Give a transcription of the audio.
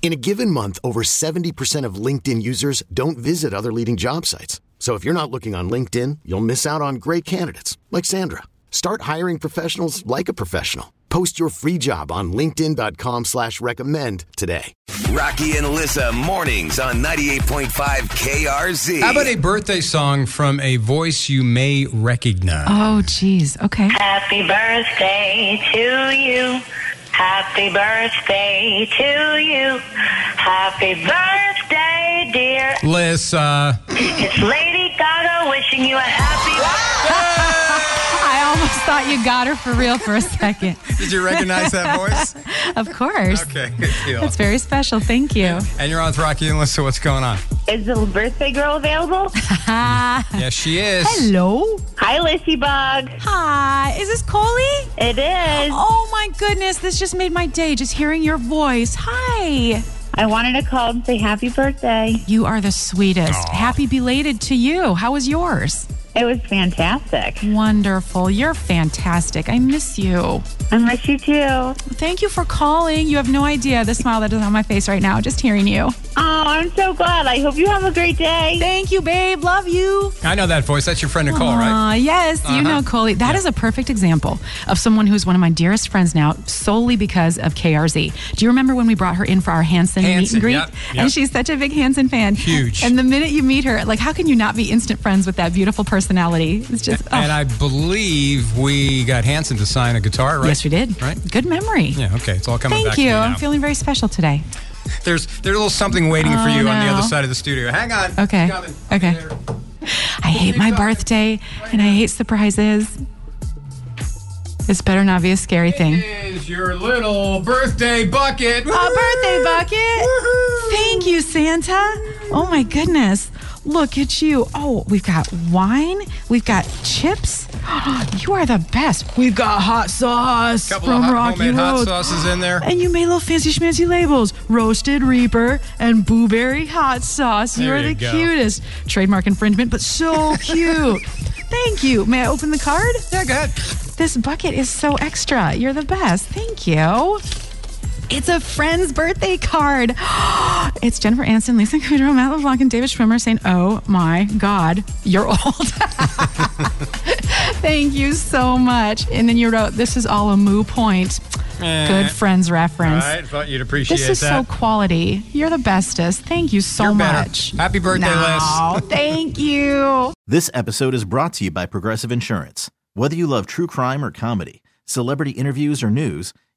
In a given month, over 70% of LinkedIn users don't visit other leading job sites. So if you're not looking on LinkedIn, you'll miss out on great candidates like Sandra. Start hiring professionals like a professional. Post your free job on linkedin.com slash recommend today. Rocky and Alyssa mornings on 98.5 KRZ. How about a birthday song from a voice you may recognize? Oh, jeez. Okay. Happy birthday to you. Happy birthday to you. Happy birthday, dear. Alyssa. It's Lady Gaga wishing you a happy I almost thought you got her for real for a second. Did you recognize that voice? Of course. Okay, good deal. That's very special. Thank you. And you're on with Rocky and Alyssa. What's going on? Is the birthday girl available? Yes, she is. Hello. Hi, Lissy Bug. Hi. Is this Coley? It is. Oh, my goodness. This just made my day just hearing your voice. Hi. I wanted to call and say happy birthday. You are the sweetest. Happy belated to you. How was yours? It was fantastic. Wonderful. You're fantastic. I miss you. I miss you too. Oh, Thank you for calling. You have no idea the smile that is on my face right now just hearing you. I'm so glad. I hope you have a great day. Thank you, babe. Love you. I know that voice. That's your friend Nicole, right? Uh-huh. Aw, Uh, Yes, you know, Coley. That is a perfect example of someone who's one of my dearest friends now, solely because of KRZ. Do you remember when we brought her in for our Hanson, meet Hanson, and greet? yep, yep. And she's such a big Hanson fan. Huge. And the minute you meet her, like, how can you not be instant friends with that beautiful personality? It's just, oh. And I believe we got Hanson to sign a guitar, right? yes, we did. Right? Good memory. Yeah, okay. It's all coming back Thank to me you. now. I'm feeling very special today. There's, there's a little something waiting for Oh, you on the no. other side of the studio. Hang on. It's Okay. coming. I'll Okay. be there. I hate my birthday and I hate surprises. This better not be a scary thing. Is your little birthday bucket. A birthday Woohoo! bucket. Thank you, Santa. Oh my goodness. Look at you. Oh, we've got wine. We've got chips. You are the best. We've got hot sauce Couple from of hot, Rocky homemade hot Road. sauces in there. And you made little fancy schmancy labels roasted reaper and blueberry hot sauce. There You're you the go. cutest. Trademark infringement, but so cute. Thank you. May I open the card? Yeah, go ahead. This bucket is so extra. You're the best. Thank you. It's a friend's birthday card. it's Jennifer Aniston, Lisa Kudrow, Matt LeBlanc, and David Schwimmer saying, Oh my God, you're old. Thank you so much. And then you wrote, This is all a moo point. Good friends reference. Eh. All right, thought you'd appreciate This is that. so quality. You're the bestest. Thank you so You're better. much. Happy birthday, no, Thank you. This episode is brought to you by Progressive Insurance. Whether you love true crime or comedy, celebrity interviews or news,